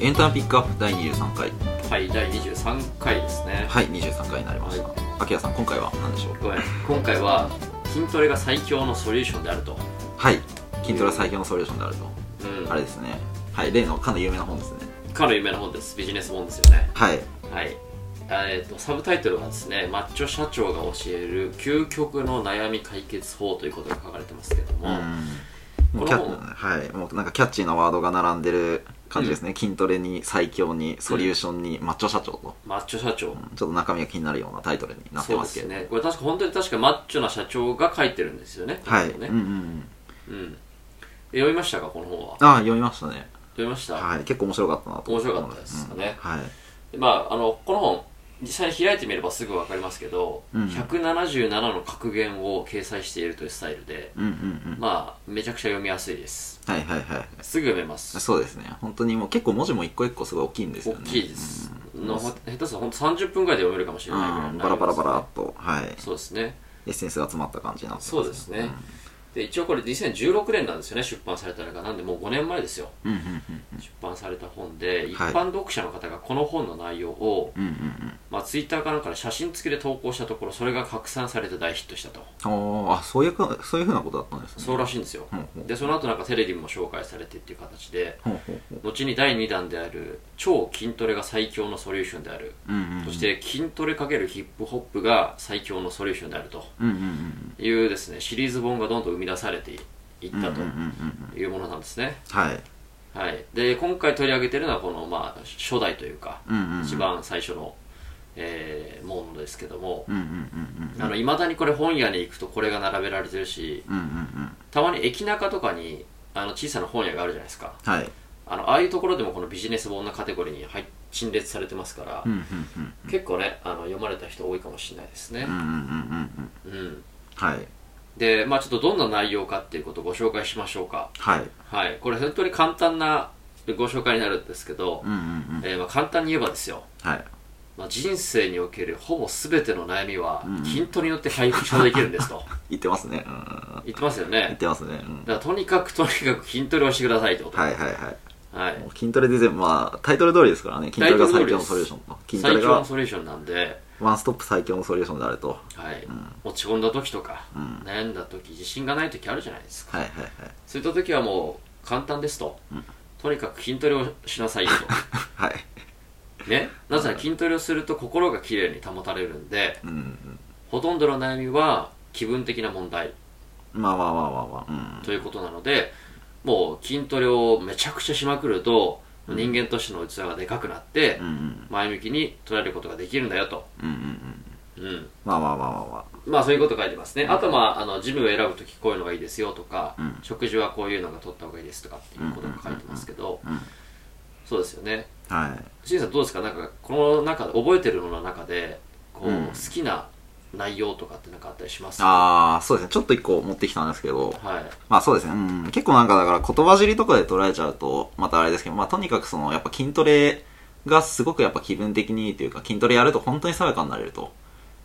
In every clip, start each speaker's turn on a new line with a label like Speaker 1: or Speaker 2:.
Speaker 1: エンターピックアップ第23回
Speaker 2: はい、第23回ですね。
Speaker 1: はい23回になりました
Speaker 2: はい
Speaker 1: あきらさん今回は何でしょう
Speaker 2: ごめん今回は筋トレが最強のソリューションであると。
Speaker 1: はい筋トレは最強のソリューションであると
Speaker 2: うん。
Speaker 1: あれですねはい例のかの有名な本ですね
Speaker 2: かの有名な本です。ビジネス本ですよね。
Speaker 1: はい
Speaker 2: はい。えー、とサブタイトルはですね「マッチョ社長が教える究極の悩み解決法」ということが書かれてますけども、
Speaker 1: うんもうキャはいもうなんかキャッチーなワードが並んでる感じですね、筋トレに最強にソリューションにマッチョ社長と、
Speaker 2: マッチョ社長、
Speaker 1: うんちょっと中身が気になるようなタイトルになって
Speaker 2: そう
Speaker 1: ま
Speaker 2: です
Speaker 1: け
Speaker 2: す
Speaker 1: ど
Speaker 2: ねこれ確か本当に確かマッチョな社長が書いてるんですよね
Speaker 1: はい、
Speaker 2: この
Speaker 1: うんう
Speaker 2: 本ね
Speaker 1: んうん
Speaker 2: うんえ読みましたかこの本は
Speaker 1: ああ読みましたね
Speaker 2: 読みました、
Speaker 1: はい結構面白かったなと思
Speaker 2: 面白かったですね
Speaker 1: うんはい
Speaker 2: まあ、あのこの本実際に開いてみればすぐ分かりますけど、
Speaker 1: うん
Speaker 2: 177の格言を掲載しているというスタイルで、
Speaker 1: うんうんうん
Speaker 2: まあめちゃくちゃ読みやすいです
Speaker 1: はいはいはい
Speaker 2: すぐ読めます
Speaker 1: そうですね本当にもう結構文字も一個一個すごい大きいんです
Speaker 2: 大
Speaker 1: よね
Speaker 2: きいです、
Speaker 1: うん
Speaker 2: のほ下手すると本当30分ぐらいで読めるかもしれないぐらい
Speaker 1: うん
Speaker 2: にな
Speaker 1: バ
Speaker 2: り
Speaker 1: ラ
Speaker 2: ます
Speaker 1: バラバラっとはい
Speaker 2: そうですね
Speaker 1: エッセンスが詰まった感じになってます
Speaker 2: そうですね、で一応これ2016年なんですよね出版されたのがなんでもう5年前ですよ
Speaker 1: うんうんうん
Speaker 2: 出版された本で一
Speaker 1: はい
Speaker 2: 般読者の方がこの本の内容を、
Speaker 1: うんうんうん
Speaker 2: まあ、ツイッターかなんかで写真付きで投稿したところそれが拡散されて大ヒットしたと
Speaker 1: うんおーあそういうかそういうふうなことだったんですね
Speaker 2: そうらしいんですよ、
Speaker 1: ほうほう
Speaker 2: でその後なんかテレビも紹介されてっていう形で
Speaker 1: ほうほうほう
Speaker 2: 後に第2弾である超筋トレが最強のソリューションである、
Speaker 1: うんうんうん
Speaker 2: そして筋トレ×ヒップホップが最強のソリューションであると
Speaker 1: うんうんうん
Speaker 2: いうですねシリーズ本がどんどん生み出されていっ
Speaker 1: うんうんう
Speaker 2: た
Speaker 1: んうんうん
Speaker 2: というものなんですね、
Speaker 1: はい
Speaker 2: はい、で今回取り上げてるのはこの、まあ、初代というか、
Speaker 1: うんうんうん
Speaker 2: 一番最初の、えーものですけども
Speaker 1: うんうんうんうん
Speaker 2: あの未だにこれ本屋に行くとこれが並べられてるし
Speaker 1: うんうんうん
Speaker 2: たまに駅中とかにあの小さな本屋があるじゃないですか
Speaker 1: はい
Speaker 2: あのああいうところでもこのビジネス本のカテゴリーに入っ陳列されてますから、
Speaker 1: うんうんうん
Speaker 2: 結構ねあの読まれた人多いかもしれないですね
Speaker 1: うんう、んうんうんうん
Speaker 2: うん、
Speaker 1: はい
Speaker 2: でまあちょっとどんな内容かっていうことをご紹介しましょうか
Speaker 1: はい
Speaker 2: はいこれ本当に簡単なご紹介になるんですけど、
Speaker 1: うんうんうん
Speaker 2: えーまあ、簡単に言えばですよ、
Speaker 1: はい
Speaker 2: まあ、人生におけるほぼ全ての悩みは
Speaker 1: うん
Speaker 2: 筋トレによって解消できる んですと
Speaker 1: 言ってますねうんうんうん
Speaker 2: 言ってますよ
Speaker 1: 言っ
Speaker 2: ね
Speaker 1: てますねうん
Speaker 2: だからとにかくとにかく筋トレをしてくださいってこと
Speaker 1: はいはいはい
Speaker 2: はい、
Speaker 1: もう筋トレで全部、まあ、タイトル通りですからね、筋トレが最強のソリューションと。筋ト
Speaker 2: 最
Speaker 1: レ
Speaker 2: 強の
Speaker 1: が
Speaker 2: ソリューションなんで、
Speaker 1: ワンストップ最強のソリューションであると。は
Speaker 2: はい
Speaker 1: ん
Speaker 2: 落ち込んだ時とか、
Speaker 1: うん
Speaker 2: 悩んだ時自信がない時あるじゃないですか
Speaker 1: いはいはい。
Speaker 2: そういった時はもう簡単ですと、
Speaker 1: うん
Speaker 2: とにかく筋トレをしなさいよ
Speaker 1: はい。
Speaker 2: とねなぜなら筋トレをすると心がきれいに保たれるんで
Speaker 1: うんうん。
Speaker 2: ほとんどの悩みは気分的な問題
Speaker 1: まあまあまあまあまあ。うん。
Speaker 2: ということなのでもう筋トレをめちゃくちゃしまくると
Speaker 1: うん
Speaker 2: 人間としての器がでかくなって
Speaker 1: うんうん。
Speaker 2: 前向きに捉えることができるんだよと、
Speaker 1: うんうんうん。
Speaker 2: うん、
Speaker 1: まあまあまあまあま
Speaker 2: まあそういうこと書いてますねあとはまああのジムを選ぶ時こういうのがいいですよとか、
Speaker 1: うん
Speaker 2: 食事はこういうのが取った方がいいですとかっていうことが書いてますけど、
Speaker 1: うんうんうん
Speaker 2: そうですよね
Speaker 1: あ。はい。
Speaker 2: しんさんどうですかなんかこの中で覚えてるのの中でこう、
Speaker 1: うん
Speaker 2: 好きな内容とかってなんかあったりします
Speaker 1: あー、そうですね。ちょっと一個持ってきたんですけど、
Speaker 2: はい
Speaker 1: まあそうですね。うん。結構なんかだから言葉尻とかで捉えちゃうと、またあれですけど、まあとにかくその、やっぱ筋トレがすごくやっぱ気分的にいいというか、筋トレやると本当に爽やかになれると。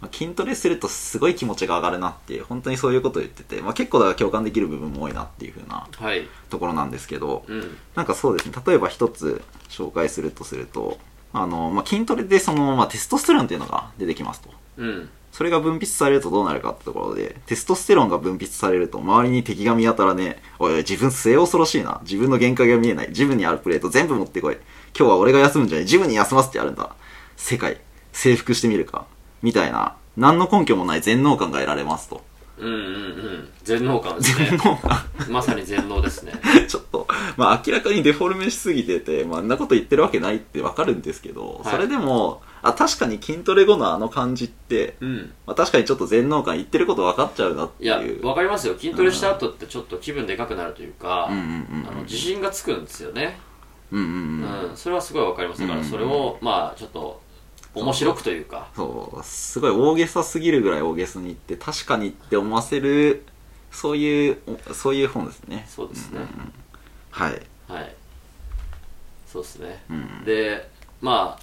Speaker 1: まあ筋トレするとすごい気持ちが上がるなっていう、本当にそういうことを言ってて、まあ結構だから共感できる部分も多いなっていう風な
Speaker 2: はい
Speaker 1: ところなんですけど、
Speaker 2: うん
Speaker 1: なんかそうですね、例えば一つ紹介するとすると、あの、まあ筋トレでその、まあテストステロンっていうのが出てきますと。
Speaker 2: うん
Speaker 1: それが分泌されるとどうなるかってところで、テストステロンが分泌されると、周りに敵が見当たらねえ。おいおい、自分末恐ろしいな。自分の限界が見えない。ジムにあるプレート全部持ってこい。今日は俺が休むんじゃない。ジムに休ませてやるんだ。世界、征服してみるか。みたいな、何の根拠もない全能感が得られますと。
Speaker 2: うんうんうん全能感で す
Speaker 1: 全
Speaker 2: ね
Speaker 1: 能感
Speaker 2: まさに全能ですね
Speaker 1: ちょっと、まあ明らかにデフォルメしすぎてて、まああんなこと言ってるわけないってわかるんですけど、
Speaker 2: はい
Speaker 1: それでも、あ、確かに筋トレ後のあの感じって、
Speaker 2: うん
Speaker 1: まあ確かにちょっと全能感言ってること分かっちゃうなって
Speaker 2: いや
Speaker 1: いう。
Speaker 2: わかりますよ筋トレした後ってちょっと気分でかくなるというか、
Speaker 1: うんうんうん
Speaker 2: あの自信がつくんですよね、
Speaker 1: うんうん
Speaker 2: う
Speaker 1: うんん
Speaker 2: それはすごいわかりますだからそれをまあちょっと面白くというか
Speaker 1: そうすごい大げさすぎるぐらい大げさに言って確かにって思わせるそういうおそういう本ですね
Speaker 2: そうですね
Speaker 1: んんんはい
Speaker 2: はいそうですね
Speaker 1: うんうん
Speaker 2: でまあ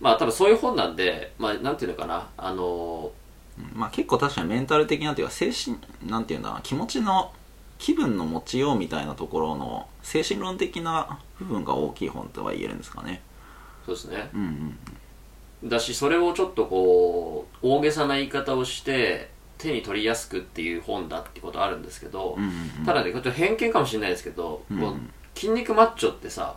Speaker 2: まあ多分そういう本なんでまあなんていうのかなあの
Speaker 1: まあ結構確かにメンタル的なというか精神なんていうんだろうな気持ちの気分の持ちようみたいなところの精神論的な部分が大きい本とは言えるんですかね。
Speaker 2: そうですね
Speaker 1: うんうん。
Speaker 2: だしそれをちょっとこう大げさな言い方をして手に取りやすくっていう本だってことあるんですけど
Speaker 1: うん、うんうん、
Speaker 2: ただねこれちょっと偏見かもしれないですけど、
Speaker 1: うん
Speaker 2: こう筋肉マッチョってさ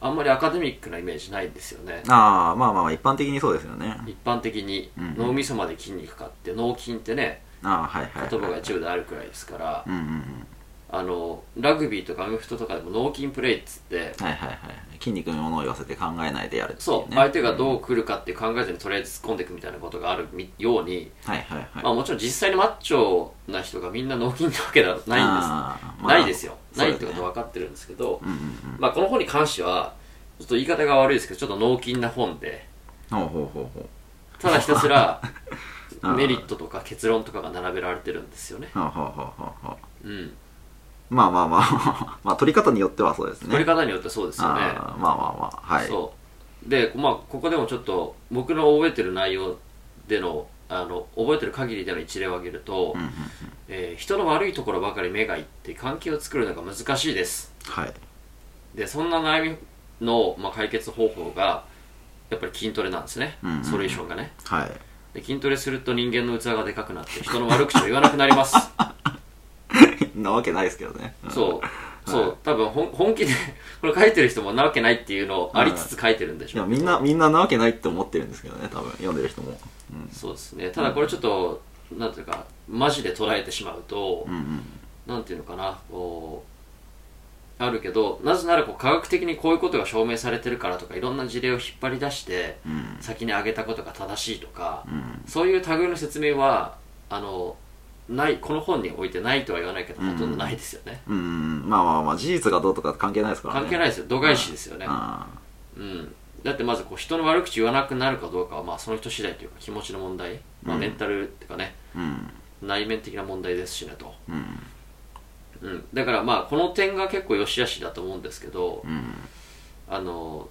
Speaker 2: あんまりアカデミックなイメージないんですよね
Speaker 1: ああ、まあまあまあ、一般的にそうですよね。
Speaker 2: 一般的に
Speaker 1: うん
Speaker 2: 脳みそまで筋肉かって脳筋ってね
Speaker 1: ああ、はいはい、はい。
Speaker 2: 言葉が一部であるくらいですから
Speaker 1: うんうんうん。
Speaker 2: あのラグビーとかアメフトとかでも脳筋プレーっつって
Speaker 1: はいはいはい。筋肉に物を言わせて考えないでやるっていね
Speaker 2: そう相手がどう来るかって考えずにとりあえず突っ込んでいくみたいなことがあるみように
Speaker 1: はいはいはい。
Speaker 2: まあもちろん実際にマッチョな人がみんな脳筋ってわけではないん
Speaker 1: あ
Speaker 2: です
Speaker 1: ー
Speaker 2: ないですよ
Speaker 1: まあ
Speaker 2: ないってことは分かってるんですけど
Speaker 1: うんうん
Speaker 2: まあこの本に関してはちょっと言い方が悪いですけどちょっと脳筋な本で
Speaker 1: うん。ほうほうほうほう。
Speaker 2: ただひたす ら
Speaker 1: うん
Speaker 2: メリットとか結論とかが並べられてるんですよね
Speaker 1: ほうほうほうほうほう。
Speaker 2: うん
Speaker 1: まあまあまあ、 まあ取り方によってはそうですね。
Speaker 2: 取り方によってそうですよね
Speaker 1: あーまあまあまあ、はい。
Speaker 2: そうでまあここでもちょっと僕の覚えてる内容でのあの覚えてる限りでの一例を挙げると、
Speaker 1: うんうんうん。
Speaker 2: えー人の悪いところばかり目がいって関係を作るのが難しいです
Speaker 1: はい。
Speaker 2: でそんな悩みの、まあ、解決方法がやっぱり筋トレなんですね、
Speaker 1: うんうん
Speaker 2: ソリューションがね
Speaker 1: はい。
Speaker 2: で筋トレすると人間の器がでかくなって人の悪口を言わなくなります
Speaker 1: なわけないですけどね。うん。
Speaker 2: そうそう多分本本気で これ書いてる人もなわけないっていうのをありつつ書いてるんでし
Speaker 1: い
Speaker 2: ょ
Speaker 1: や、
Speaker 2: う
Speaker 1: みんな、みんななわけないって思ってるんですけどね、多分、読んでる人も。うん。
Speaker 2: そうですねただこれちょっと、なんていうかマジで捉えてしまうと、
Speaker 1: うんうん。
Speaker 2: なんていうのかなこうあるけどなぜならこう科学的にこういうことが証明されてるからとかいろんな事例を引っ張り出して
Speaker 1: うん。
Speaker 2: 先に挙げたことが正しいとか
Speaker 1: うん。
Speaker 2: そういう類の説明はあのないこの本においてないとは言わないけどほとんどないですよね、
Speaker 1: うんうん。まあまあまあ、事実がどうとか関係ないですからね。
Speaker 2: 関係ない
Speaker 1: い
Speaker 2: ですよ度外視ですよね、
Speaker 1: あ
Speaker 2: うん、だってまずこう人の悪口言わなくなるかどうかはまあその人次第というか気持ちの問題、まあ、
Speaker 1: うん
Speaker 2: メンタルっていうかね、
Speaker 1: あ。うん。
Speaker 2: 内面的な問題ですしねと、
Speaker 1: うん。
Speaker 2: うん、だからまあこの点が結構良し悪しだと思うんですけど
Speaker 1: うん。
Speaker 2: あの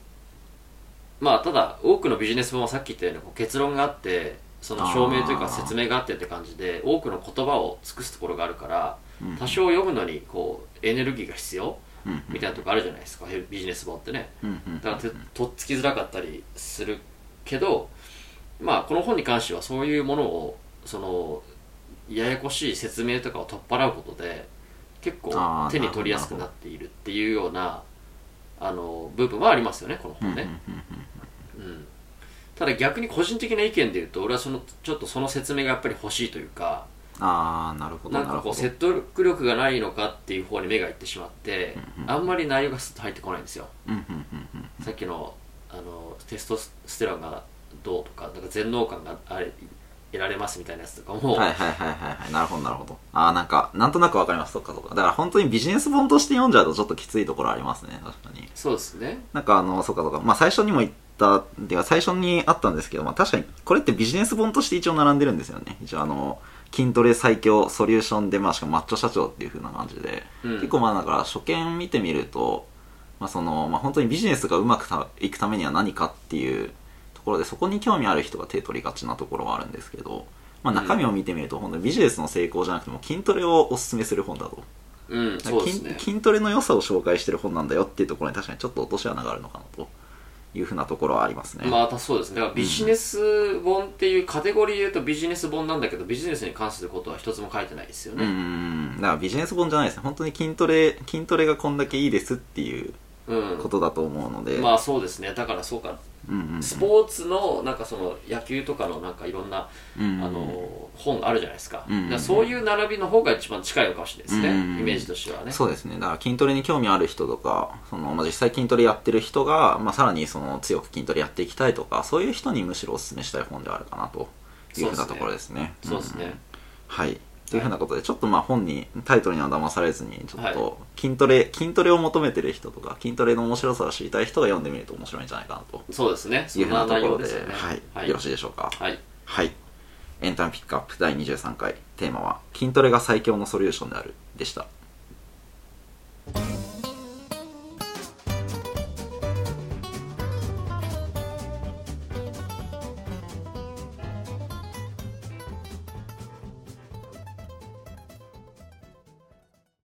Speaker 2: まあただ多くのビジネス本はさっき言ったようにこう結論があってその証明というか
Speaker 1: あー
Speaker 2: 説明があってって感じで多くの言葉を尽くすところがあるから
Speaker 1: うん
Speaker 2: 多少読むのにこうエネルギーが必要
Speaker 1: うん。
Speaker 2: みたいなとこあるじゃないですかへビジネス本ってね
Speaker 1: うん。うん。
Speaker 2: だからてとっつきづらかったりするけどまあこの本に関してはそういうものをそのややこしい説明とかを取っ払うことで結
Speaker 1: あ
Speaker 2: 構
Speaker 1: ー
Speaker 2: 手に取りやすくなっているっていうようなあの部分はありますよねこの
Speaker 1: うん。うん
Speaker 2: 本ね、うんただ逆に個人的な意見で言うと俺はそのちょっとその説明がやっぱり欲しいというか
Speaker 1: ああ、なるほど。
Speaker 2: なんかこう
Speaker 1: なる
Speaker 2: 説得力がないのかっていう方に目がいってしまって
Speaker 1: うんうん
Speaker 2: あんまり内容がスッと入ってこないんですよ
Speaker 1: ほどうん。うん。うん。うん。
Speaker 2: さっきのあのテストステロンがどうとかなんか全能感があれ得られますみたいなやつとかも、
Speaker 1: はいはいはいはいはい。なるほどなるほど。ああ、なんか、なんとなくわかります。そっかそっか。だから本当にビジネス本として読んじゃうとちょっときついところありますね。確かに。
Speaker 2: そうですね
Speaker 1: なんかあの、そっかそっか。まあ最初にも言った、っていうか最初にあったんですけど、まあ確かにこれってビジネス本として一応並んでるんですよね。一応あの、筋トレ最強ソリューションで、まあしかもマッチョ社長っていう風な感じで。
Speaker 2: うん
Speaker 1: 結構まあだから初見見てみると、まあその、まあ本当にビジネスがうまくたいくためには何かっていうところで、そこに興味ある人が手取りがちなところはあるんですけど、まあ中身を見てみると、本当にビジネスの成功じゃなくても筋トレをお勧めする本だと。
Speaker 2: うんそうですね
Speaker 1: 筋筋トレの良さを紹介してる本なんだよっていうところに確かにちょっと落とし穴があるのかなというふうなところはありますね、
Speaker 2: またそうですねだからビジネス本っていうカテゴリーで言うとビジネス本なんだけどビジネスに関することは一つも書いてないですよ
Speaker 1: うんうん
Speaker 2: ね
Speaker 1: うんだからビジネス本じゃないですね本当に筋トレ筋トレがこんだけいいですっていう
Speaker 2: うん、
Speaker 1: ことだと思うので、
Speaker 2: まあそうですねだからそうか
Speaker 1: うんうんうん
Speaker 2: スポーツのなんかその野球とかのなんかいろんな、
Speaker 1: うんうん
Speaker 2: あの本あるじゃないですか,、
Speaker 1: うんうんうん
Speaker 2: だからそういう並びの方が一番近いのかもしれないですね、
Speaker 1: うんうんうん
Speaker 2: イメージとしてはね
Speaker 1: そうですねだから筋トレに興味ある人とかその、まあ、実際筋トレやってる人が、まあ、さらにその強く筋トレやっていきたいとかそういう人にむしろお勧めしたい本ではあるかなというふうなところですね
Speaker 2: そうですね、
Speaker 1: んんはい。というふうなことで、ちょっとまあ本に、タイトルには騙されずに、ちょっと筋トレ、筋トレを求めてる人とか、筋トレの面白さを知りたい人が読んでみると面白いんじゃないかなと
Speaker 2: そうですね。そ
Speaker 1: いうふ
Speaker 2: ん
Speaker 1: うな
Speaker 2: な
Speaker 1: とこ
Speaker 2: 内容
Speaker 1: ろで、
Speaker 2: ですよね。
Speaker 1: はい、
Speaker 2: はい。
Speaker 1: よろしいでしょうか。
Speaker 2: はい。
Speaker 1: はい。エンタメピックアップ第23回、テーマは、筋トレが最強のソリューションである、でした。